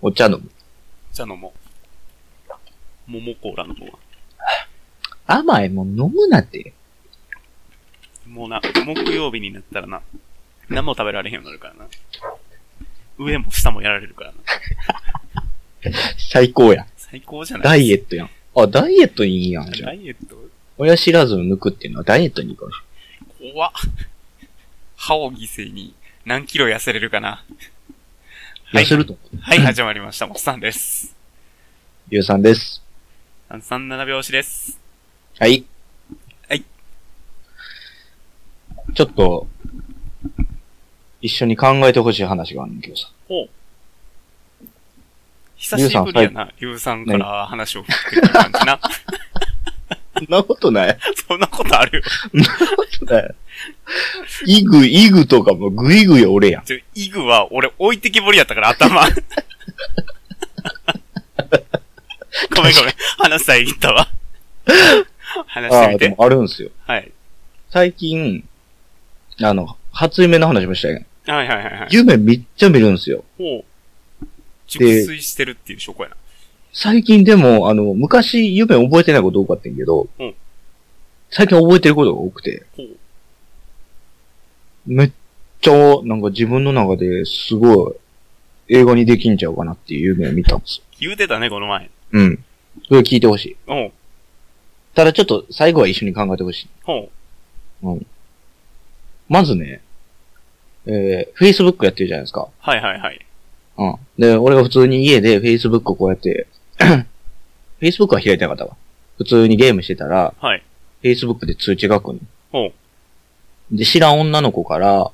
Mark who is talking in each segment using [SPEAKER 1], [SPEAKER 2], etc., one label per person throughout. [SPEAKER 1] お茶飲む。
[SPEAKER 2] じゃあ飲もう。桃コーラ飲もうわ。
[SPEAKER 1] 甘いもん飲むなって。
[SPEAKER 2] もうな、木曜日になったらな、何も食べられへんようになるからな。上も下もやられるからな。
[SPEAKER 1] 最高や。
[SPEAKER 2] 最高じゃない
[SPEAKER 1] ダイエ
[SPEAKER 2] エッ
[SPEAKER 1] ットやん。あ、ダイエットいいやん、じゃ
[SPEAKER 2] ダ
[SPEAKER 1] あ。
[SPEAKER 2] イエット
[SPEAKER 1] 親知らずを抜くっていうのはダイエットにいいかもし
[SPEAKER 2] 怖っ。歯を犠牲に何キロ痩せれるかな。
[SPEAKER 1] れん。痩せると思う。
[SPEAKER 2] はい、始まりました。モッサンです。
[SPEAKER 1] ゆうさんです。
[SPEAKER 2] 37拍子です。
[SPEAKER 1] はい。
[SPEAKER 2] はい。
[SPEAKER 1] ちょっと、一緒に考えてほしい話があるんだけどさ。
[SPEAKER 2] ほう。久しぶりやな、リュウさんから話を振ってくる感じな。
[SPEAKER 1] そんなことない。
[SPEAKER 2] そんなことあるよ。
[SPEAKER 1] イグ、イグとかもグイグイ俺やん。
[SPEAKER 2] ちょイグは俺置いてきぼりやったから 頭。ごめんごめん。話さえ言ったわ。話し
[SPEAKER 1] あ
[SPEAKER 2] て
[SPEAKER 1] あ、
[SPEAKER 2] み
[SPEAKER 1] で
[SPEAKER 2] て。
[SPEAKER 1] もあるんすよ。
[SPEAKER 2] はい。
[SPEAKER 1] 最近、あの、初夢の話もしたやん。
[SPEAKER 2] はいはいはいはい。
[SPEAKER 1] 夢めっちゃ見るんすよ。
[SPEAKER 2] ほう。熟睡してるっていう証拠やな。
[SPEAKER 1] 最近でも、あの、昔夢覚えてないこと多かったんやけど、
[SPEAKER 2] うん
[SPEAKER 1] 最近覚えてることが多くて、
[SPEAKER 2] ほう。
[SPEAKER 1] めっちゃ、なんか自分の中ですごい、映画にできんちゃうかなっていう夢を見たんですよ。
[SPEAKER 2] 言うてたね、この前。
[SPEAKER 1] うん。それ聞いてほしい。
[SPEAKER 2] ほう。
[SPEAKER 1] ただちょっと最後は一緒に考えてほしい。
[SPEAKER 2] ほ
[SPEAKER 1] まずね、えー、Facebook やってるじゃないですか。
[SPEAKER 2] う。はいはいはい。
[SPEAKER 1] うん。で、俺が普通に家で Facebook をこうやって、Facebook は開いてなかったわ。普通にゲームしてたら、
[SPEAKER 2] はい。
[SPEAKER 1] Facebook で通知が来る
[SPEAKER 2] ほう。
[SPEAKER 1] で、知らん女の子から、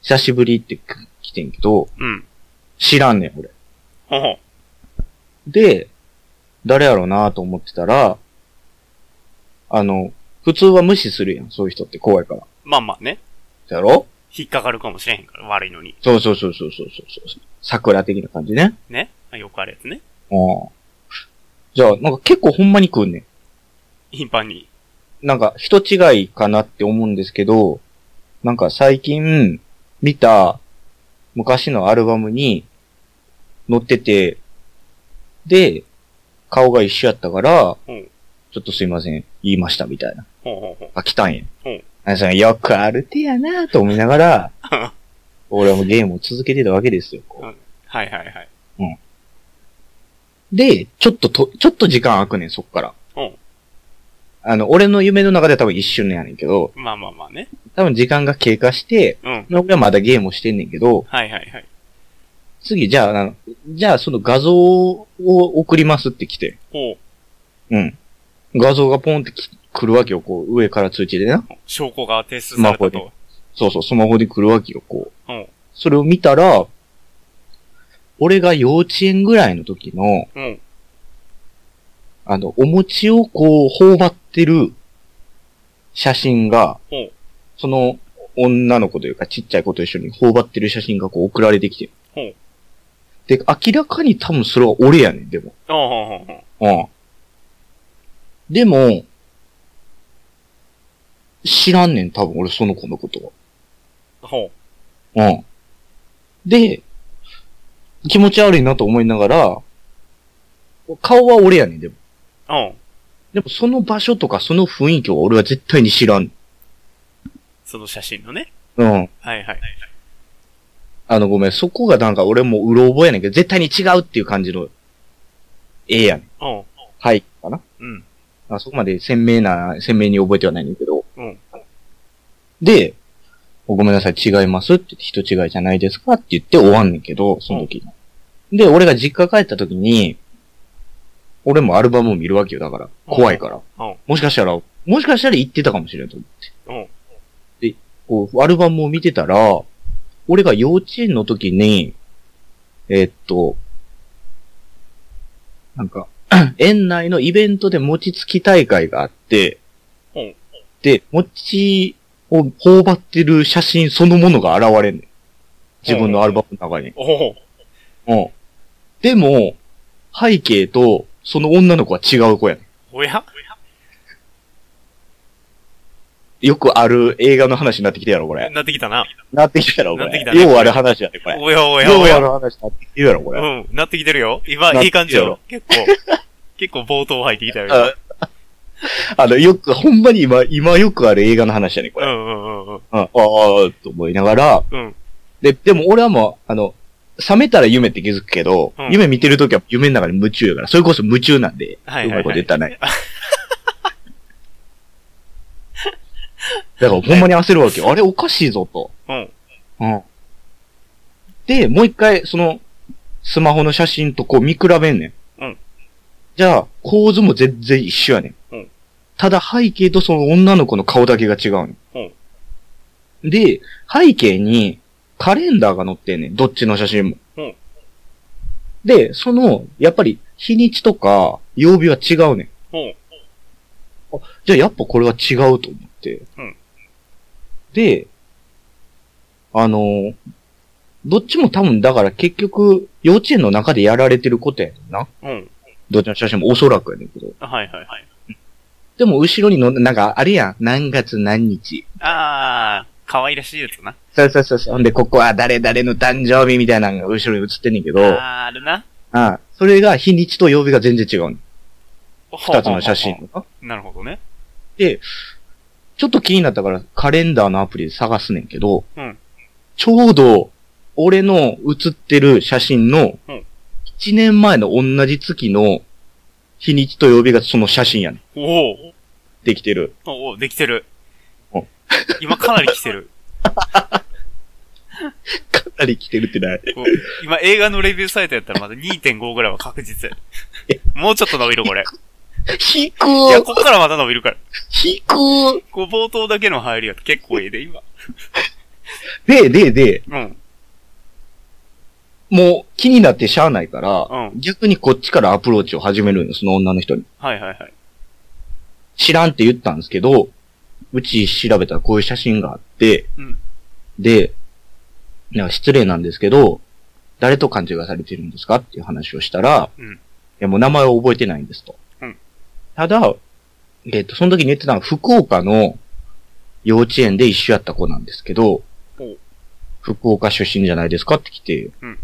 [SPEAKER 1] 久しぶりって来てんけど、
[SPEAKER 2] うん。
[SPEAKER 1] 知らんねん、俺。
[SPEAKER 2] ほうほう。
[SPEAKER 1] で、誰やろうなと思ってたら、あの、普通は無視するやん、そういう人って怖いから。
[SPEAKER 2] まあまあね。
[SPEAKER 1] だろ
[SPEAKER 2] 引っかかるかもしれへんから、悪いのに。
[SPEAKER 1] そうそうそうそうそうそうそう。桜的な感じね。
[SPEAKER 2] ね。あよくあるやつね。
[SPEAKER 1] うん。じゃあ、なんか結構ほんまに来んねん。
[SPEAKER 2] 頻繁に。
[SPEAKER 1] なんか人違いかなって思うんですけど、なんか最近見た昔のアルバムに載ってて、で、顔が一緒やったから、
[SPEAKER 2] うん
[SPEAKER 1] ちょっとすいません、言いましたみたいな。
[SPEAKER 2] ほうほうほう。
[SPEAKER 1] あ、来たんや。
[SPEAKER 2] うん
[SPEAKER 1] あそのよくある手やなと思いなが ら、俺はもうゲームを続けてたわけですよ。こ
[SPEAKER 2] はいはいはい。
[SPEAKER 1] うで、ちょっとと、ちょっと時間空くねん、そっから。
[SPEAKER 2] うん
[SPEAKER 1] あの、俺の夢の中では多分一瞬やねんけど、
[SPEAKER 2] まあまあまあね。
[SPEAKER 1] 多分時間が経過して、
[SPEAKER 2] うん。
[SPEAKER 1] 俺はまだゲームをしてんねんけど、
[SPEAKER 2] はいはいはい。
[SPEAKER 1] 次、じゃあ、あのじゃあその画像を送りますって来て。
[SPEAKER 2] ほう。
[SPEAKER 1] うん。画像がポンってき来るわけよ、こう、上から通知でな。
[SPEAKER 2] 証拠が提出されたと。
[SPEAKER 1] そうそう、スマホで来るわけよ、こう。
[SPEAKER 2] うん。
[SPEAKER 1] それを見たら、俺が幼稚園ぐらいの時の、
[SPEAKER 2] うん。
[SPEAKER 1] あの、お餅をこう、頬張ってる写真が、
[SPEAKER 2] ほう。
[SPEAKER 1] その女の子というかちっちゃい子と一緒に頬張ってる写真がこう送られてきて。
[SPEAKER 2] ほう
[SPEAKER 1] で、明らかに多分それは俺やねん、でも。
[SPEAKER 2] ほうほうほうほう。
[SPEAKER 1] うん。でも、知らんねん、多分俺その子のこと
[SPEAKER 2] ほ
[SPEAKER 1] は。うん。で、気持ち悪いなと思いながら、顔は俺やねん、でも。
[SPEAKER 2] う。うん。
[SPEAKER 1] でもその場所とかその雰囲気は俺は絶対に知らん。
[SPEAKER 2] その写真のね。
[SPEAKER 1] うん。
[SPEAKER 2] はいはい。
[SPEAKER 1] あの、ごめん、そこがなんか俺もうろ覚えやねんけど、絶対に違うっていう感じの、絵やねん。
[SPEAKER 2] うん。
[SPEAKER 1] はい、かな。
[SPEAKER 2] うん。
[SPEAKER 1] あそこまで鮮明な、鮮明に覚えてはないんだけど。
[SPEAKER 2] うん。
[SPEAKER 1] で、ごめんなさい、違いますって、人違いじゃないですかって言って終わんねんけど、その時。で、俺が実家帰った時に、俺もアルバムを見るわけよ、だから。怖いから。
[SPEAKER 2] うん
[SPEAKER 1] もしかしたら、もしかしたら言ってたかもしれんと思
[SPEAKER 2] うん。
[SPEAKER 1] って。で、こう、アルバムを見てたら、俺が幼稚園の時に、えーっと、なんか、 園内のイベントで餅つき大会があって、
[SPEAKER 2] うん
[SPEAKER 1] で、餅を頬張ってる写真そのものが現れんねん。自分のアルバムの中に。
[SPEAKER 2] おほ
[SPEAKER 1] うん。でも、背景と、その女の子は違う子やねん。
[SPEAKER 2] おや
[SPEAKER 1] よくある映画の話になってきてやろ、これ。
[SPEAKER 2] なってきたな。
[SPEAKER 1] なってきたやろ、こ
[SPEAKER 2] なって
[SPEAKER 1] れ
[SPEAKER 2] きた。ね
[SPEAKER 1] ようある話やで、これ。よ
[SPEAKER 2] おやおや
[SPEAKER 1] う
[SPEAKER 2] お
[SPEAKER 1] あ
[SPEAKER 2] や。
[SPEAKER 1] る話になってきてるやろ、こ
[SPEAKER 2] う
[SPEAKER 1] れ。
[SPEAKER 2] ん、なってきてるよ。今、
[SPEAKER 1] なってきてるよ
[SPEAKER 2] いい感じよ。結構、結構冒頭入ってきたよ。今
[SPEAKER 1] あ あの、よく、ほんまに今、今よくある映画の話やね、こ
[SPEAKER 2] う
[SPEAKER 1] れ。
[SPEAKER 2] んうんうんうん。
[SPEAKER 1] うん。ああ、と思いながら、
[SPEAKER 2] うん。
[SPEAKER 1] で、でも俺はもう、あの、覚めたら夢って気づくけど、
[SPEAKER 2] うん
[SPEAKER 1] 夢見てるときは夢の中に夢中やから、それこそ夢中なんで、
[SPEAKER 2] はいはいはいう
[SPEAKER 1] まいこと言ったらな い。だからほんまに焦るわけよ。あれおかしいぞと。
[SPEAKER 2] うん。
[SPEAKER 1] うん。で、もう一回、その、スマホの写真とこう見比べんねん。
[SPEAKER 2] うん。
[SPEAKER 1] じゃあ、構図も全然一緒やねん。
[SPEAKER 2] うん。
[SPEAKER 1] ただ背景とその女の子の顔だけが違うねん。うん。で、背景にカレンダーが載ってんねん。どっちの写真も。
[SPEAKER 2] うん。
[SPEAKER 1] で、その、やっぱり日にちとか曜日は違うねん。
[SPEAKER 2] ほう。
[SPEAKER 1] じゃあやっぱこれは違うと思って。
[SPEAKER 2] うん
[SPEAKER 1] で、あのーどっちも多分だから結局、幼稚園の中でやられてることやねんな。
[SPEAKER 2] うん。
[SPEAKER 1] どっちの写真もおそらくやねんけど。
[SPEAKER 2] はいはいはい。
[SPEAKER 1] でも後ろにの、なんかあれやん。何月何日。
[SPEAKER 2] あー、可愛らしいやつな。
[SPEAKER 1] そうそうそうそう。ほんで、ここは誰々の誕生日みたいなのが後ろに写ってんねんけど、あ
[SPEAKER 2] あー、あるな。
[SPEAKER 1] あそれが日にちと曜日が全然違うねん。
[SPEAKER 2] 二
[SPEAKER 1] 二つの写真。が。
[SPEAKER 2] なるほどね。
[SPEAKER 1] ちょっと気になったからカレンダーのアプリで探すねんけど、
[SPEAKER 2] うん
[SPEAKER 1] ちょうど、俺の写ってる写真の
[SPEAKER 2] うん、
[SPEAKER 1] 1年前の同じ月の日にちと曜日がその写真やねん。
[SPEAKER 2] おお
[SPEAKER 1] できてる。
[SPEAKER 2] おおできてる
[SPEAKER 1] うん。
[SPEAKER 2] 今かなり来てる。
[SPEAKER 1] かなり来てるってない。
[SPEAKER 2] お今映画のレビューサイトやったらまだ2.5ぐらいは確実。もうちょっと伸びるこれ。
[SPEAKER 1] 引く
[SPEAKER 2] いや、こっからまだ伸びるから。
[SPEAKER 1] 引く
[SPEAKER 2] こう冒頭だけの入りやと結構いいで、今。
[SPEAKER 1] で、で、で、
[SPEAKER 2] うん。
[SPEAKER 1] もう気になってしゃあないから、
[SPEAKER 2] うん
[SPEAKER 1] 逆にこっちからアプローチを始めるんよ、その女の人に。
[SPEAKER 2] はいはいはい。
[SPEAKER 1] 知らんって言ったんですけど、うち調べたらこういう写真があって、
[SPEAKER 2] うん
[SPEAKER 1] で、なんか失礼なんですけど、誰と勘違いされてるんですかっていう話をしたら、
[SPEAKER 2] うん
[SPEAKER 1] いやもう名前を覚えてないんですと。
[SPEAKER 2] うん
[SPEAKER 1] ただ、えっ、と、その時に言ってたのは福岡の幼稚園で一緒やった子なんですけど
[SPEAKER 2] ほう、
[SPEAKER 1] 福岡出身じゃないですかって来て、
[SPEAKER 2] うん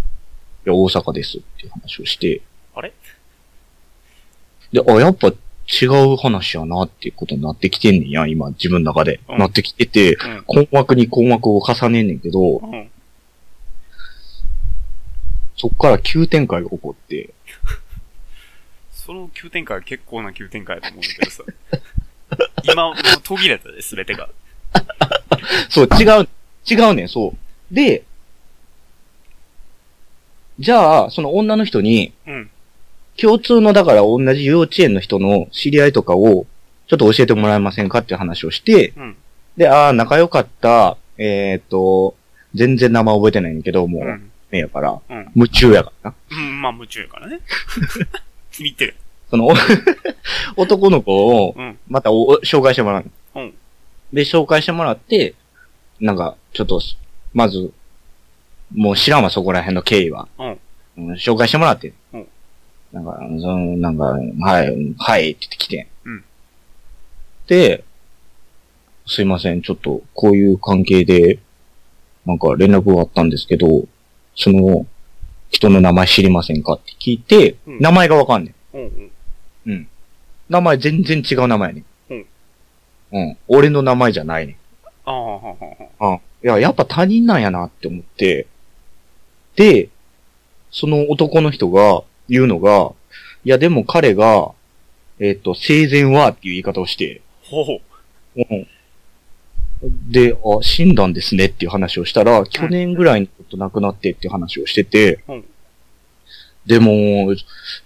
[SPEAKER 1] いや、大阪ですっていう話をして、
[SPEAKER 2] あれ
[SPEAKER 1] で、あ、やっぱ違う話やなっていうことになってきてんねんや、今、自分の中で。
[SPEAKER 2] うん
[SPEAKER 1] なってきてて、
[SPEAKER 2] うん。
[SPEAKER 1] 困惑に困惑を重ねんねんけど、
[SPEAKER 2] うん。
[SPEAKER 1] そっから急展開が起こって、
[SPEAKER 2] その急展開は結構な急展開だと思うんだけどさ。今、もう途切れたで、すべてが。
[SPEAKER 1] そう、違う、違うねん、そう。で、じゃあ、その女の人に、
[SPEAKER 2] うん。
[SPEAKER 1] 共通の、だから同じ幼稚園の人の知り合いとかを、ちょっと教えてもらえませんかっていう話をして、
[SPEAKER 2] うん。
[SPEAKER 1] で、ああ、仲良かった、えーっと、全然名前覚えてないんだけど、も
[SPEAKER 2] う
[SPEAKER 1] う、
[SPEAKER 2] ん。
[SPEAKER 1] ねやから、
[SPEAKER 2] うん。
[SPEAKER 1] 夢中やからな。
[SPEAKER 2] うん、まあ夢中やからね。 気に入ってる。
[SPEAKER 1] その、 男の子を
[SPEAKER 2] うん、
[SPEAKER 1] またお紹介してもらうの。
[SPEAKER 2] うん
[SPEAKER 1] で、紹介してもらって、なんか、ちょっと、まず、もう知らんわ、そこら辺の経緯は。
[SPEAKER 2] うん
[SPEAKER 1] うん紹介してもらって。
[SPEAKER 2] うん
[SPEAKER 1] なんか、その、なんか、はい、はい、って言って来て。
[SPEAKER 2] うん
[SPEAKER 1] で、すいません、ちょっと、こういう関係で、なんか連絡があったんですけど、その、人の名前知りませんかって聞いて、
[SPEAKER 2] うん
[SPEAKER 1] 名前がわかんねん
[SPEAKER 2] うんうん。
[SPEAKER 1] 名前全然違う名前やね
[SPEAKER 2] うんん。
[SPEAKER 1] うん。俺の名前じゃないねん。
[SPEAKER 2] ああ、はあはあはあ。
[SPEAKER 1] うん。いや、やっぱ他人なんやなって思って。で、その男の人が言うのが、いやでも彼が、えっ、と、生前はっていう言い方をして、
[SPEAKER 2] ほうほう。
[SPEAKER 1] うん。で、あ、死んだんですねっていう話をしたら、去年ぐらいにちょっと亡くなってっていう話をしてて、
[SPEAKER 2] うん
[SPEAKER 1] でも、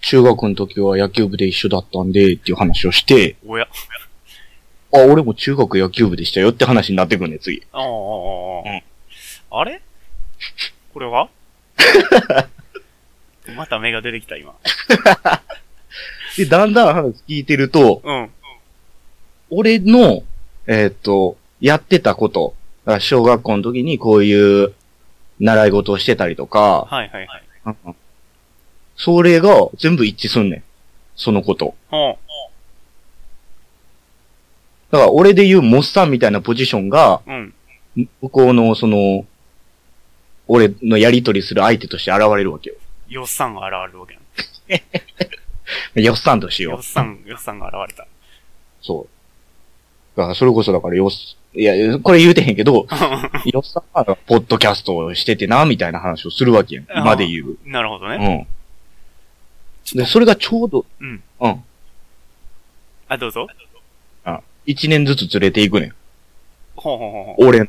[SPEAKER 1] 中学の時は野球部で一緒だったんでっていう話をして、
[SPEAKER 2] おや。
[SPEAKER 1] あ、俺も中学野球部でしたよって話になってくるね、次。
[SPEAKER 2] ああ、あ
[SPEAKER 1] うん
[SPEAKER 2] あああれこれ はまた目が出てきた、今。
[SPEAKER 1] で、だんだん話聞いてると、
[SPEAKER 2] うん。
[SPEAKER 1] 俺の、えーっと、やってたこと、だから小学校の時にこういう習い事をしてたりとか、
[SPEAKER 2] はいはいはい。
[SPEAKER 1] うんそれが全部一致すんねん。そのこと。
[SPEAKER 2] ほう。
[SPEAKER 1] だから俺で言うモッサンみたいなポジションが、
[SPEAKER 2] うん。
[SPEAKER 1] 向こうの、その、俺のやりとりする相手として現れるわけよ。
[SPEAKER 2] よっさんが現れるわけやん。
[SPEAKER 1] よっさんとして
[SPEAKER 2] よ
[SPEAKER 1] よ
[SPEAKER 2] っ。さん、よっさんが現れた。
[SPEAKER 1] そう。だから、それこそだから、よっ、いや、これ言うてへんけど、よっさんは、ポッドキャストをしててな、みたいな話をするわけやん。
[SPEAKER 2] あー
[SPEAKER 1] 今で言う。
[SPEAKER 2] なるほど
[SPEAKER 1] う
[SPEAKER 2] ね。
[SPEAKER 1] ん。で、それがちょうど、
[SPEAKER 2] うん。
[SPEAKER 1] うん。
[SPEAKER 2] あ、どうぞ。
[SPEAKER 1] 一年ずつずれていくねん。
[SPEAKER 2] ほうほうほうほう。
[SPEAKER 1] 俺。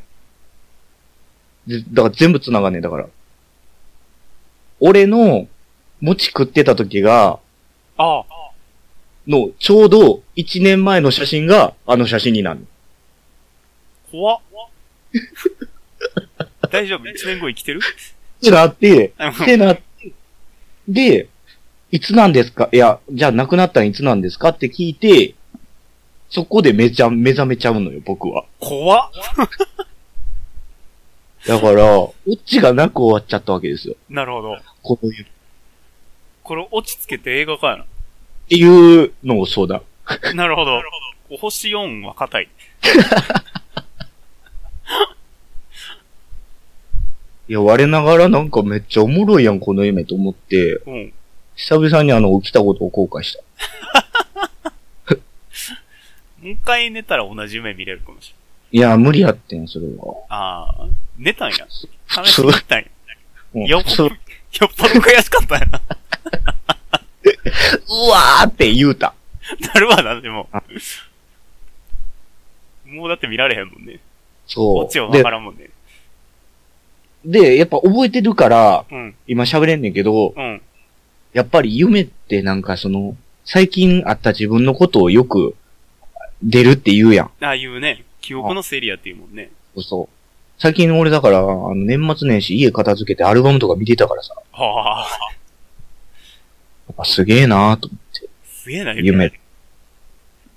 [SPEAKER 1] で、だから全部繋がんねん、だから。俺の、餅食ってた時が、
[SPEAKER 2] ああ、
[SPEAKER 1] の、ちょうど、一年前の写真が、あの写真になるの。
[SPEAKER 2] 怖っ。大丈夫一年後生きてる
[SPEAKER 1] ってなって、
[SPEAKER 2] うん
[SPEAKER 1] ってなって、で、いつなんですかいや、じゃあ亡くなったのいつなんですかって聞いて、そこでめちゃ、目覚めちゃうのよ、僕は。
[SPEAKER 2] 怖っ。
[SPEAKER 1] だから、オチがなく終わっちゃったわけですよ。
[SPEAKER 2] なるほど。
[SPEAKER 1] こういう、っ
[SPEAKER 2] これ落ち着けて映画化や
[SPEAKER 1] ていうのを相談。
[SPEAKER 2] な。なるほど。お星4は硬い。
[SPEAKER 1] いや、我ながらなんかめっちゃおもろいやん、この夢と思って、
[SPEAKER 2] うん。
[SPEAKER 1] 久々にあの、起きたことを後悔した。
[SPEAKER 2] もう一回寝たら同じ夢見れるかもしれ
[SPEAKER 1] いや、無理やってん、それは。
[SPEAKER 2] ない。ああ、寝たんや。試し
[SPEAKER 1] 通
[SPEAKER 2] に寝たんや。
[SPEAKER 1] うん
[SPEAKER 2] よっぽ
[SPEAKER 1] そう
[SPEAKER 2] ど、よっぽど悔しかったんや な。
[SPEAKER 1] うわーって言うた。
[SPEAKER 2] なるわな、でも。もうだって見られへんもんね。
[SPEAKER 1] そう。
[SPEAKER 2] 落ちはわからんもんね。
[SPEAKER 1] で、で、やっぱ覚えてるから、
[SPEAKER 2] うん、
[SPEAKER 1] 今喋れんねんけど、
[SPEAKER 2] うん。
[SPEAKER 1] やっぱり夢ってなんかその、最近あった自分のことをよく出るって言うやん。
[SPEAKER 2] ああいうね、記憶の整理やっていうもんね。
[SPEAKER 1] そうそう。最近俺だから、あの年末年始家片付けてアルバムとか見てたからさ、
[SPEAKER 2] はあ、
[SPEAKER 1] やっぱすげえなーと思って。
[SPEAKER 2] すげえな、
[SPEAKER 1] 夢。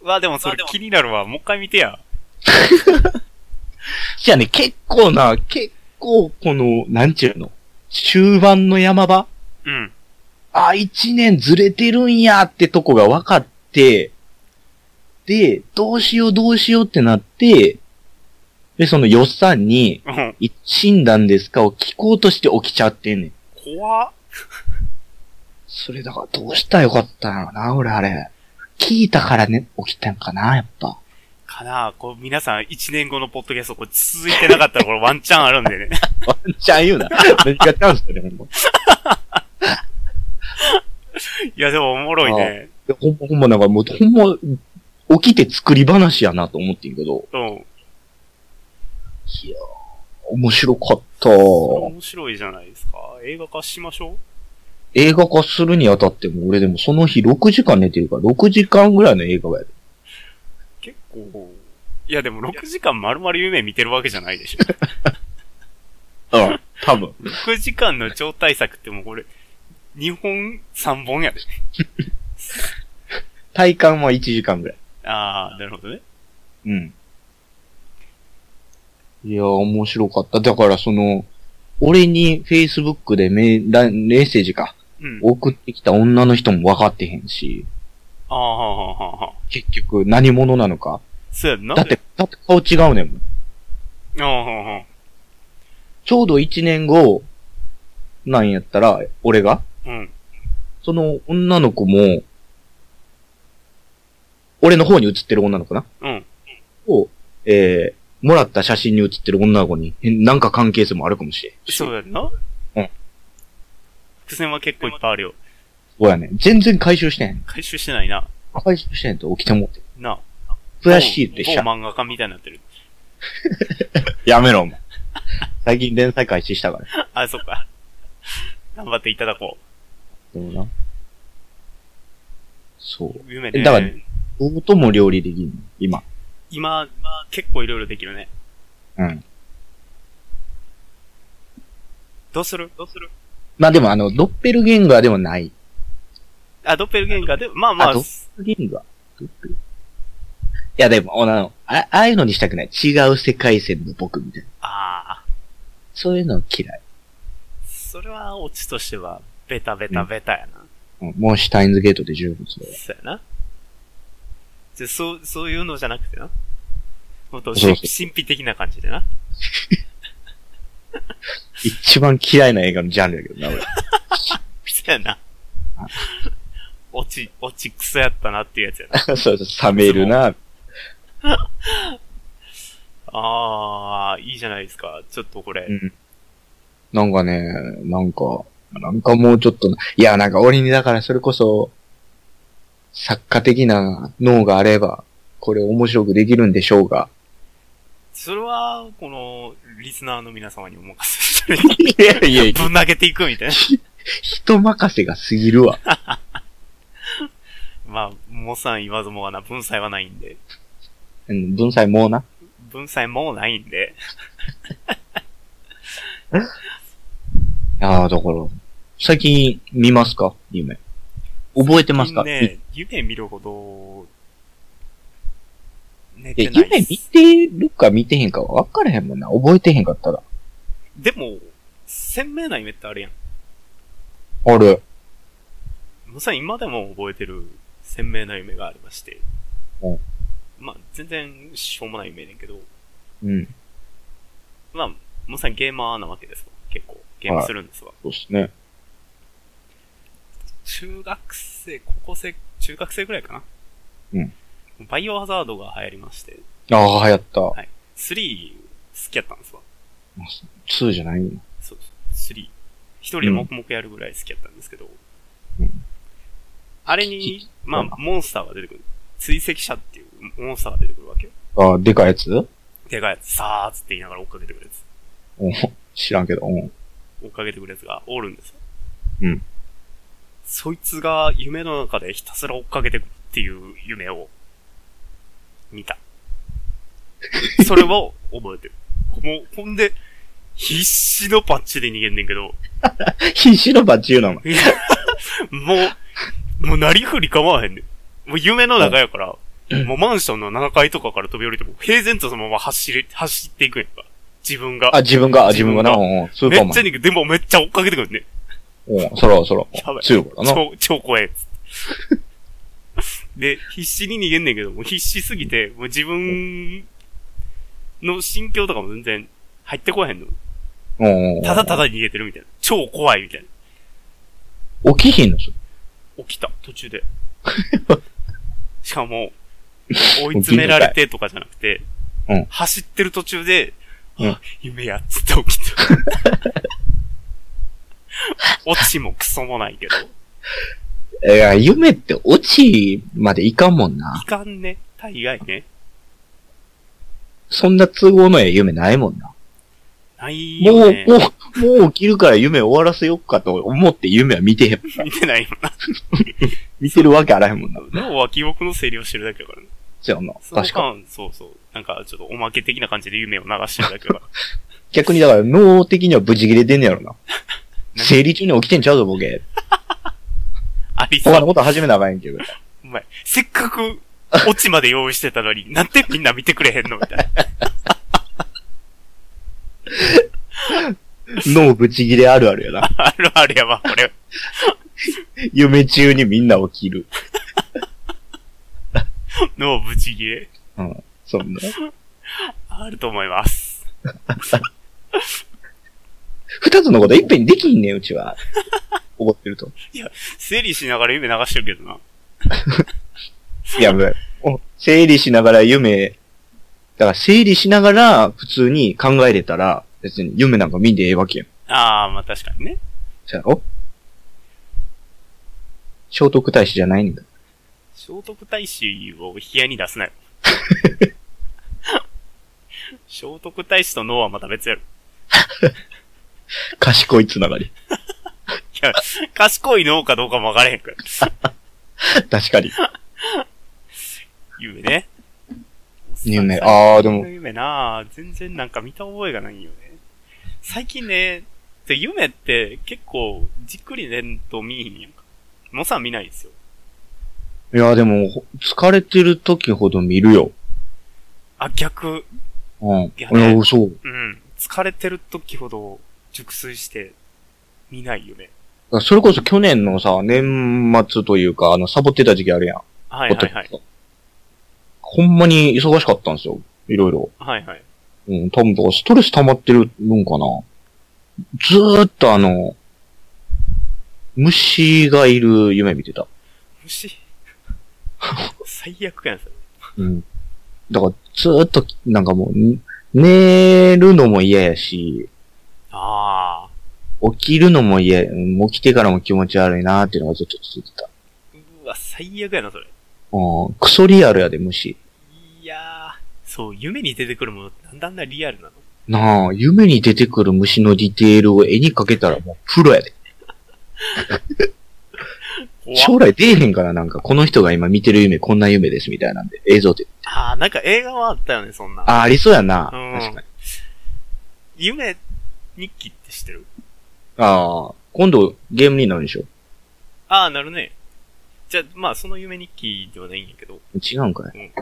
[SPEAKER 2] うわ、でもそれ気になるわ。もう一回見てや。
[SPEAKER 1] じゃあね、結構な、結構この、なんちゅうの、終盤の山場
[SPEAKER 2] うん。
[SPEAKER 1] あ、一年ずれてるんやってとこが分かって、で、どうしようどうしようってなって、で、そのよっさんに、
[SPEAKER 2] うん。
[SPEAKER 1] い死んだんですかを聞こうとして起きちゃってんねん。
[SPEAKER 2] 怖っ。
[SPEAKER 1] それだからどうしたらよかったのかな、俺あれ。聞いたからね、起きたんかな、やっぱ。
[SPEAKER 2] かなあこう、皆さん、一年後のポッドキャスト、これ続いてなかったら、これワンチャンあるんでね。
[SPEAKER 1] ワンチャン言うな。何がチャンスだね、ほんま。
[SPEAKER 2] いや、でもおもろいね。
[SPEAKER 1] でほんま、ほんま、なんかもう、ほんま、起きて作り話やなと思ってんけど。
[SPEAKER 2] うん。
[SPEAKER 1] いやー、面白かった。
[SPEAKER 2] それ面白いじゃないですか。映画化しましょ
[SPEAKER 1] 映画化するにあたっても、俺でもその日6時間寝てるから、6時間ぐらいの映画がやる。
[SPEAKER 2] う。結構。いや、でも6時間丸々夢見てるわけじゃないでし ょ。
[SPEAKER 1] うん、多分。
[SPEAKER 2] 6時間の超大作ってもうこれ、2本、3本やで。
[SPEAKER 1] 体感は1時間ぐらい。
[SPEAKER 2] ああ、なるほどね。
[SPEAKER 1] うん。いやー、面白かった。だからその、俺に Facebook でメラメッセージか、
[SPEAKER 2] うん。
[SPEAKER 1] 送ってきた女の人も分かってへんし、
[SPEAKER 2] ああ、はあ、はあ、はあ。
[SPEAKER 1] 結局何者なのか。
[SPEAKER 2] そうやんな。
[SPEAKER 1] だっ。て、だって顔違うねんもん。
[SPEAKER 2] ああ、はあ、はあ。
[SPEAKER 1] ちょうど1年後、なんやったら、俺が
[SPEAKER 2] うん。
[SPEAKER 1] その女の子も、俺の方に写ってる女の子な。
[SPEAKER 2] うん。
[SPEAKER 1] を、えー、もらった写真に写ってる女の子に、変なんか関係性もあるかもしれん。
[SPEAKER 2] そうやんな。
[SPEAKER 1] うん。
[SPEAKER 2] 伏線は結構いっぱいあるよ。
[SPEAKER 1] そうやね。全然回収してへん。
[SPEAKER 2] 回収してないな。
[SPEAKER 1] 回収してへんと起きてもって。
[SPEAKER 2] なあ。
[SPEAKER 1] 悔しいってし
[SPEAKER 2] 某
[SPEAKER 1] ちゃ
[SPEAKER 2] 某漫画家みたいになってる。
[SPEAKER 1] やめろ、お前。 最近連載開始したから。
[SPEAKER 2] あ、そっか。 頑張っていただこ
[SPEAKER 1] でもな。そう。
[SPEAKER 2] う。夢ね。
[SPEAKER 1] だからどうとも料理できんの、今。
[SPEAKER 2] 今、結構いろいろできるね。
[SPEAKER 1] うん。
[SPEAKER 2] どうするどうする
[SPEAKER 1] まあでもあの、ドッペルゲンガーでもない。
[SPEAKER 2] あ、ドッペルゲンガーで、まあまあ、
[SPEAKER 1] あド
[SPEAKER 2] す
[SPEAKER 1] ゲンガードッペルいやでも、おなの、あああいうのにしたくない。違う世界線の僕みたいな。
[SPEAKER 2] ああ、
[SPEAKER 1] そういうの嫌い。
[SPEAKER 2] それはオチとしては、ベタベタベタやな。
[SPEAKER 1] うんもうシュタインズゲートで十分それは。
[SPEAKER 2] そうやな。じゃ、そう、そういうのじゃなくてな。ほんと、
[SPEAKER 1] そう
[SPEAKER 2] 神
[SPEAKER 1] そう
[SPEAKER 2] 神秘的な感じでな。
[SPEAKER 1] 一番嫌いな映画のジャンルやけどな、俺。
[SPEAKER 2] そうやな。落ち、落ちクソやったなっていうやつや な。
[SPEAKER 1] そうそう、冷めるな。
[SPEAKER 2] あー、いいじゃないですか。ちょっとこれ。
[SPEAKER 1] うん。なんかね、なんか、なんかもうちょっとな、いや、なんか俺にだからそれこそ、作家的な脳があれば、これ面白くできるんでしょうが。
[SPEAKER 2] それは、この、リスナーの皆様にお任せしたり、
[SPEAKER 1] いやいやいや、
[SPEAKER 2] ぶん投げていくみたいな。
[SPEAKER 1] 人任せが過ぎるわ。
[SPEAKER 2] まあ、もさん言わずもがな、文才はないんで。
[SPEAKER 1] うん、文才もうな。
[SPEAKER 2] 文才もうないんで。
[SPEAKER 1] ああ、だから、最近見ますか夢。覚えてますか、
[SPEAKER 2] ね、夢見るほど、寝
[SPEAKER 1] い
[SPEAKER 2] て
[SPEAKER 1] や
[SPEAKER 2] ない
[SPEAKER 1] 夢
[SPEAKER 2] っ
[SPEAKER 1] 見
[SPEAKER 2] す。
[SPEAKER 1] てるか見てへんか分からへんもんな。覚えてへんかったら。
[SPEAKER 2] でも、鮮明な夢ってあるやん。
[SPEAKER 1] あれ。
[SPEAKER 2] もさん今でも覚えてる鮮明な夢がありまして。
[SPEAKER 1] うん
[SPEAKER 2] まあ、全然、しょうもない夢やねんけど。
[SPEAKER 1] うん。
[SPEAKER 2] まあ、もさんゲーマーなわけですわ。結構、ゲームするんですわ。
[SPEAKER 1] そうっすね。
[SPEAKER 2] 中学生、高校生、中学生ぐらいかな。
[SPEAKER 1] うん。
[SPEAKER 2] バイオハザードが流行りまして、
[SPEAKER 1] ああ、流行った。
[SPEAKER 2] 3好きやったんですわ。
[SPEAKER 1] 2じゃないの。
[SPEAKER 2] そうそう、3。一人で黙々やるぐらい好きやったんですけど。
[SPEAKER 1] うん
[SPEAKER 2] あれに、まあ
[SPEAKER 1] そうな、
[SPEAKER 2] モンスターが出てくる。追跡者っていうモンスターが出てくるわけよ。
[SPEAKER 1] ああ、でかいやつ
[SPEAKER 2] でかいやつ、さーっつって言いながら追っかけてくるやつ。
[SPEAKER 1] うん知らんけど。 うん。
[SPEAKER 2] 追っかけてくるやつがおるんですよ。
[SPEAKER 1] うん。
[SPEAKER 2] そいつが夢の中でひたすら追っかけてくっていう夢を見た。それを覚えてる。もう、ほんで、必死のパッチで逃げんねんけど、
[SPEAKER 1] 必死のバッチ言うな、お前
[SPEAKER 2] いや もう、もうなりふり構わへんねん。もう夢の中やから、もうマンションの7階とかから飛び降りても、平然とそのまま走り、走っていくんやんか。自分が。
[SPEAKER 1] あ、自分が、あ自分がな、
[SPEAKER 2] 自
[SPEAKER 1] うんうん。スー
[SPEAKER 2] め
[SPEAKER 1] パー
[SPEAKER 2] っ
[SPEAKER 1] マ
[SPEAKER 2] ちゃ
[SPEAKER 1] ン。
[SPEAKER 2] 逃げ、でもめっちゃ追っかけてくるねん。
[SPEAKER 1] うん、そらそら
[SPEAKER 2] やば。い
[SPEAKER 1] 強いからな。
[SPEAKER 2] 超、超怖い。 で、必死に逃げんねんけど、もう必死すぎて、もう自分の心境とかも全然入ってこへんの。
[SPEAKER 1] うんうんうん。
[SPEAKER 2] ただただ逃げてるみたいな。超怖いみたいな。
[SPEAKER 1] 起きひんのそれ
[SPEAKER 2] 起きた、途中 で。しかも、追い詰められてとかじゃなくて、
[SPEAKER 1] うん
[SPEAKER 2] 走ってる途中で、
[SPEAKER 1] うん
[SPEAKER 2] あ夢やっつって起きた。 落ちもクソもないけど。
[SPEAKER 1] いや、夢って落ちまでいかんもん
[SPEAKER 2] い
[SPEAKER 1] な。
[SPEAKER 2] かんね。大概ね。
[SPEAKER 1] そんな都合のええ夢ないもんな。
[SPEAKER 2] ない
[SPEAKER 1] も
[SPEAKER 2] よ
[SPEAKER 1] う
[SPEAKER 2] ね、。
[SPEAKER 1] もう、もう起きるから夢終わらせよっかと思って夢は見てへ ん。
[SPEAKER 2] 見てないよな。
[SPEAKER 1] 見てるわけあらへんもんな。
[SPEAKER 2] でも脇僕の整理をしてるだけだからね。
[SPEAKER 1] そうやんな。
[SPEAKER 2] その
[SPEAKER 1] 確か。
[SPEAKER 2] 間、そうそう。なんかちょっとおまけ的な感じで夢を流してるだけだか
[SPEAKER 1] 逆にだから脳的にはブチ切れてんねやろな。
[SPEAKER 2] 何
[SPEAKER 1] 生理中に起きてんちゃうぞ、ボケ。
[SPEAKER 2] ら。ありそ
[SPEAKER 1] 他の
[SPEAKER 2] う。
[SPEAKER 1] こと始めなあかんやんけど。
[SPEAKER 2] お前、せっかく、オチまで用意してたのに、なんでみんな見てくれへんのみたいな。
[SPEAKER 1] 脳ブチ切れあるあるやな。
[SPEAKER 2] あるあるやわ、これ。
[SPEAKER 1] 夢中にみんな起きる。
[SPEAKER 2] 脳ブチ切れ。
[SPEAKER 1] うん。そんな。
[SPEAKER 2] あると思います。
[SPEAKER 1] 二つのこといっぺんにできんねん、うち は。怒ってると。
[SPEAKER 2] 整理しながら夢流してるけどな。
[SPEAKER 1] いや、もうお整理しながら夢、だから整理しながら普通に考えれたら、別に夢なんか見んでええわけやん。
[SPEAKER 2] あー、まあ確かにね。
[SPEAKER 1] そやろ聖徳太子じゃないんだ。
[SPEAKER 2] 聖徳太子を引き合いに出すなよ。 聖徳太子と脳はまた別やろ。
[SPEAKER 1] 賢いつながり。
[SPEAKER 2] いや、賢い脳かどうかもわからへんから。
[SPEAKER 1] 確かに。
[SPEAKER 2] 夢ね。
[SPEAKER 1] 夢。
[SPEAKER 2] あ。
[SPEAKER 1] あー、でも、
[SPEAKER 2] 夢なあ全然なんか見た覚えがないよね。最近ね、で夢って結構じっくりねんと見えへんやんか。もうさん見ないんですよ。
[SPEAKER 1] いや、でも、ほ疲れてる時ほど見るよ。
[SPEAKER 2] あ、逆。
[SPEAKER 1] うん。い
[SPEAKER 2] やね
[SPEAKER 1] や、そう。
[SPEAKER 2] うん。疲れてる時ほど熟睡して見ない夢。
[SPEAKER 1] だからそれこそ去年のさ、年末というか、あの、サボってた時期あるやん。
[SPEAKER 2] はいはいはい。
[SPEAKER 1] ほんまに忙しかったんですよ。いろいろ。
[SPEAKER 2] はいはい。
[SPEAKER 1] うん、多分、だからストレス溜まってるのかな。ずーっとあの、虫がいる夢見てた。
[SPEAKER 2] 虫最悪やん、それ。
[SPEAKER 1] うん。だから、ずーっと、なんかもう、ん寝るのも嫌やし、
[SPEAKER 2] ああ。
[SPEAKER 1] 起きるのも嫌や、うん起きてからも気持ち悪いなーっていうのがずっと続いてた。
[SPEAKER 2] うわ、最悪やな、それ。
[SPEAKER 1] うん、クソリアルやで、虫。
[SPEAKER 2] いやー、そう、夢に出てくるものってなんであんなリアルなの
[SPEAKER 1] なあ、夢に出てくる虫のディテールを絵に描けたらもうプロやで。
[SPEAKER 2] 怖
[SPEAKER 1] 将
[SPEAKER 2] っ
[SPEAKER 1] 来出えへんからなんか、この人が今見てる夢こんな夢ですみたいなんで、映像って。
[SPEAKER 2] ああ、なんか映画はあったよね、そんな。
[SPEAKER 1] あ、ありそうやな。
[SPEAKER 2] うん
[SPEAKER 1] 確かに。
[SPEAKER 2] 夢日記って知ってる
[SPEAKER 1] ああ、今度ゲームになるんでしょ
[SPEAKER 2] ああ、なるね。じゃあ、まあ、その夢日記ではないんやけど、こ
[SPEAKER 1] 違うんかい
[SPEAKER 2] れ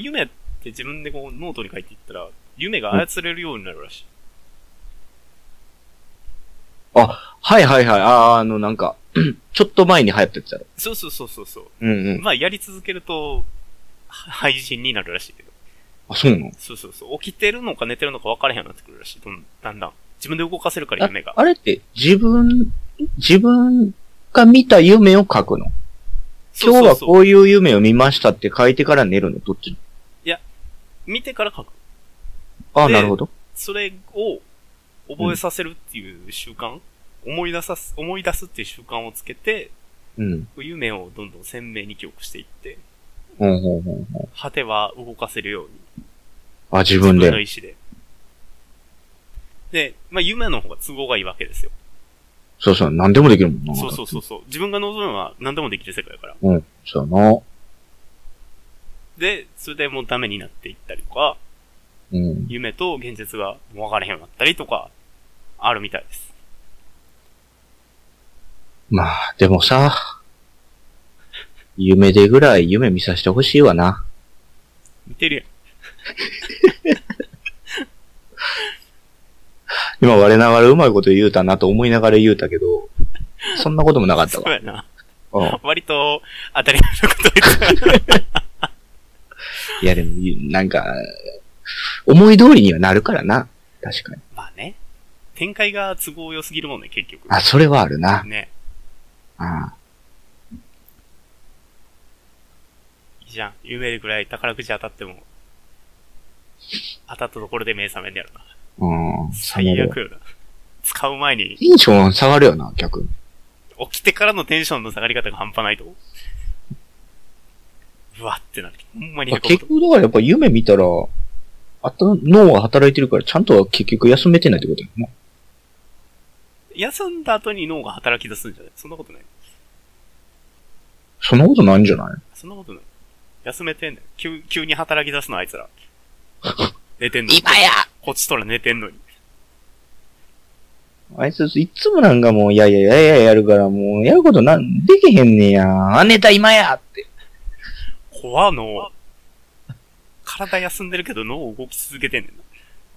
[SPEAKER 2] 夢って自分でこう、ノートに書いていったら、夢が操れるようになるらしい。
[SPEAKER 1] はいはいはい。ああ、あのなんか、 ちょっと前に流行ったやつだろ。
[SPEAKER 2] そうそうそうそうそう。
[SPEAKER 1] うんうん。
[SPEAKER 2] まあ、やり続けると、は廃人になるらしいけど。
[SPEAKER 1] あ、そうなの
[SPEAKER 2] そうそうそう。起きてるのか寝てるのか分からへんようになってくるらしい。どんだんだん。自分で動かせるから、夢が
[SPEAKER 1] あ。あれって自分、自分が見た夢を書くの。
[SPEAKER 2] そ
[SPEAKER 1] 今
[SPEAKER 2] う
[SPEAKER 1] 日
[SPEAKER 2] そう
[SPEAKER 1] は
[SPEAKER 2] そう
[SPEAKER 1] こういう夢を見ましたって書いてから寝るの。どっち
[SPEAKER 2] 見てから書く。
[SPEAKER 1] ああ、
[SPEAKER 2] で
[SPEAKER 1] なるほど。
[SPEAKER 2] それを覚えさせるっていう習慣、思い出さす、思い出すっていう習慣をつけて、
[SPEAKER 1] うん。
[SPEAKER 2] 夢をどんどん鮮明に記憶していって、
[SPEAKER 1] ほんほんほんほん。
[SPEAKER 2] 果ては動かせるように。
[SPEAKER 1] あ、自分
[SPEAKER 2] 自分の
[SPEAKER 1] で。
[SPEAKER 2] 意思で。で、まあ、夢の方が都合がいいわけですよ。
[SPEAKER 1] そうそう、何でもできるもんな。
[SPEAKER 2] そうそうそうそう。自分が望むのは何でもできる世界だから。
[SPEAKER 1] う。うん。そうやな。
[SPEAKER 2] で、それでもうダメになっていったりとか、
[SPEAKER 1] うん。
[SPEAKER 2] 夢と現実が分からへんようになったりとか、あるみたいです。
[SPEAKER 1] まあ、でもさ、夢でぐらい夢見させてほしいわな。
[SPEAKER 2] 見てるやん。
[SPEAKER 1] 今我ながらうまいこと言うたなと思いながら言うたけど、そんなこともなかった
[SPEAKER 2] そう
[SPEAKER 1] わ。
[SPEAKER 2] やな。
[SPEAKER 1] うん。
[SPEAKER 2] 割と当たり前のこと言って た。
[SPEAKER 1] いやでも、なんか、思い通りにはなるからな。確かに。
[SPEAKER 2] まあね。展開が都合良すぎるもんね、結局。
[SPEAKER 1] あ、それはあるな。
[SPEAKER 2] ね。
[SPEAKER 1] あ
[SPEAKER 2] いいじゃん。夢ぐらい宝くじ当たっても、当たったところで目覚めんねやろな。
[SPEAKER 1] うん。
[SPEAKER 2] 最悪よな。使う前に、
[SPEAKER 1] テンション下がるよな、逆に。
[SPEAKER 2] 起きてからのテンションの下がり方が半端ないと。うわってなる。ほんまにへこむ
[SPEAKER 1] 結局だからやっぱ夢見たら、あと脳が働いてるからちゃんとは結局休めてないってことやな。
[SPEAKER 2] 休んだ後に脳が働き出すんじゃないそんなことない。
[SPEAKER 1] そんなことないんじゃない
[SPEAKER 2] そんなことない。休めてんねん。急、急に働き出すの、あ いつら。寝てんのに。
[SPEAKER 1] 今や
[SPEAKER 2] こっちとら寝てんのに。
[SPEAKER 1] あいつ、いつもなんかもう、いやいやいやいややるから、もう、やることなん、できへんねや。あ、ネタ今やって。
[SPEAKER 2] 怖の。体休んでるけど脳を動き続けてんねん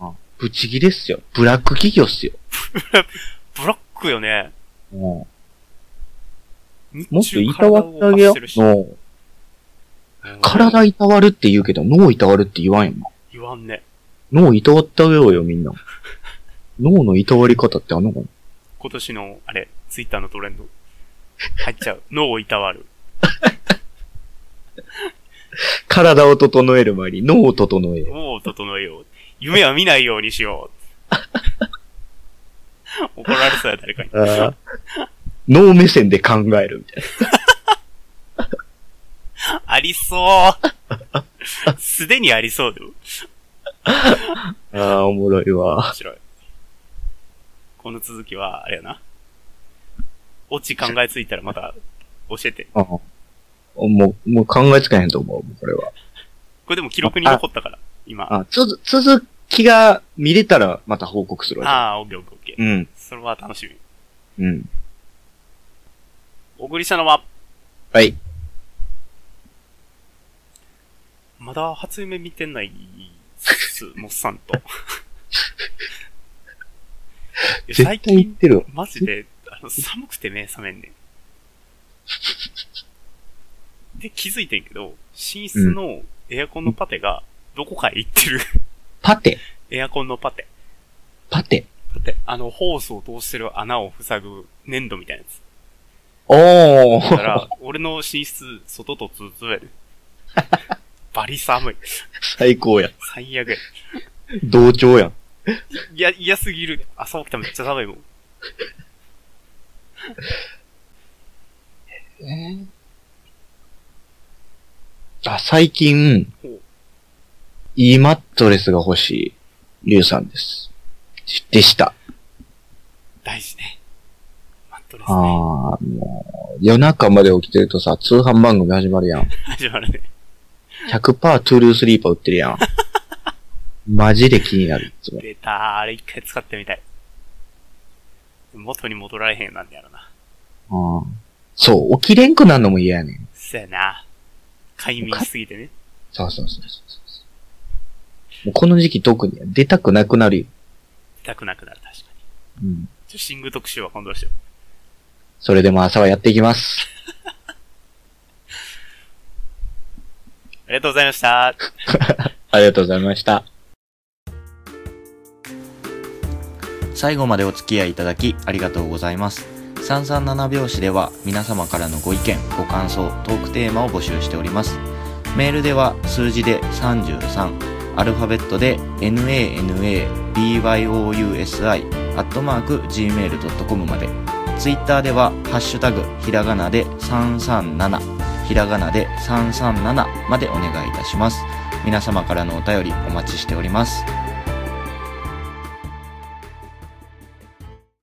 [SPEAKER 2] な。
[SPEAKER 1] ブチギレっすよ。ブラック企業っすよ。
[SPEAKER 2] ブラックよね。
[SPEAKER 1] も
[SPEAKER 2] 日
[SPEAKER 1] う、もっと
[SPEAKER 2] 中
[SPEAKER 1] いたわってあげよ
[SPEAKER 2] 体を動かしてるし
[SPEAKER 1] う。もう
[SPEAKER 2] うん
[SPEAKER 1] 体いたわるって言うけど、脳いたわるって言わんよ
[SPEAKER 2] 言わんね。
[SPEAKER 1] な。脳いたわってあげようよ、みんな。脳のいたわり方ってあんのかな
[SPEAKER 2] 今年の、あれ、ツイッターのトレンド。入っちゃう。 脳をいたわる。
[SPEAKER 1] 体を整える前に脳を整えよ
[SPEAKER 2] 脳を整えよう。夢は見ないようにしよ う。怒られそうや、誰かに。
[SPEAKER 1] う。脳目線で考えるみたい
[SPEAKER 2] ありそう。 すでにありそうでも。
[SPEAKER 1] な。ああ、おもろいわ。
[SPEAKER 2] 面白い。この続きは、あれやな。オチ考えついたらまた教えて。
[SPEAKER 1] あもう、もう考えつかへんと思う、もうこれは。
[SPEAKER 2] これでも記録に残ったから、今。あ
[SPEAKER 1] あ、つづ、続きが見れたらまた報告するわ。
[SPEAKER 2] あー、オッケーオッケーオッケー。
[SPEAKER 1] うん、
[SPEAKER 2] それは楽しみ。
[SPEAKER 1] うん。
[SPEAKER 2] お送りしたのは、
[SPEAKER 1] はい。
[SPEAKER 2] まだ初夢見てないっす、もっさんと。いや
[SPEAKER 1] 絶対言ってるわ。
[SPEAKER 2] マジで、あの、寒くて目覚めんね ん。で、気づいてんけど、寝室のエアコンのパテが、どこかへ行ってる。
[SPEAKER 1] パテ、
[SPEAKER 2] エアコンのパテ。
[SPEAKER 1] パテ。
[SPEAKER 2] パテ。あの、ホースを通してる穴を塞ぐ粘土みたいなや つ。
[SPEAKER 1] お
[SPEAKER 2] だ
[SPEAKER 1] ー
[SPEAKER 2] か。ら、俺の寝室、外と通通や で。バリ寒い。
[SPEAKER 1] 最高や。
[SPEAKER 2] 最悪や。
[SPEAKER 1] 同調やん。
[SPEAKER 2] いや、嫌すぎる。朝起きたらめっちゃ寒いもん。
[SPEAKER 1] あ、最近
[SPEAKER 2] ほう、
[SPEAKER 1] いいマットレスが欲しい、リュウさんです。でした。
[SPEAKER 2] 大事ね。マットレス
[SPEAKER 1] ああ
[SPEAKER 2] ね。、
[SPEAKER 1] もう、夜中まで起きてるとさ、通販番組始まる やん。
[SPEAKER 2] 始まるね。
[SPEAKER 1] 100%トゥルースリーパー売ってるやん。マジで気になる、いつも。
[SPEAKER 2] 出たー。あれ一回使ってみたい。元に戻られへんなんだやろな。
[SPEAKER 1] あーそう、起きれんくなるのも嫌やねん。
[SPEAKER 2] そやな。快眠しすぎてね。
[SPEAKER 1] そうそうそうそうそう。もうこの時期特に出たくなくなるよ。
[SPEAKER 2] 出たくなくなる、確かに。
[SPEAKER 1] うん。
[SPEAKER 2] ちょ、シング特集は今度はしよ
[SPEAKER 1] それでも朝はやっていきます。
[SPEAKER 2] う。ありがとうございました。
[SPEAKER 1] ありがとうございました。
[SPEAKER 3] 最後までお付き合いいただきありがとうございます。三三七拍子では皆様からのご意見、ご感想、トークテーマを募集しております。メールでは数字で33、アルファベットで nanabyousi、アットマーク gmail.com まで。ツイッターではハッシュタグ、ひらがなで337、ひらがなで337までお願いいたします。皆様からのお便りお待ちしております。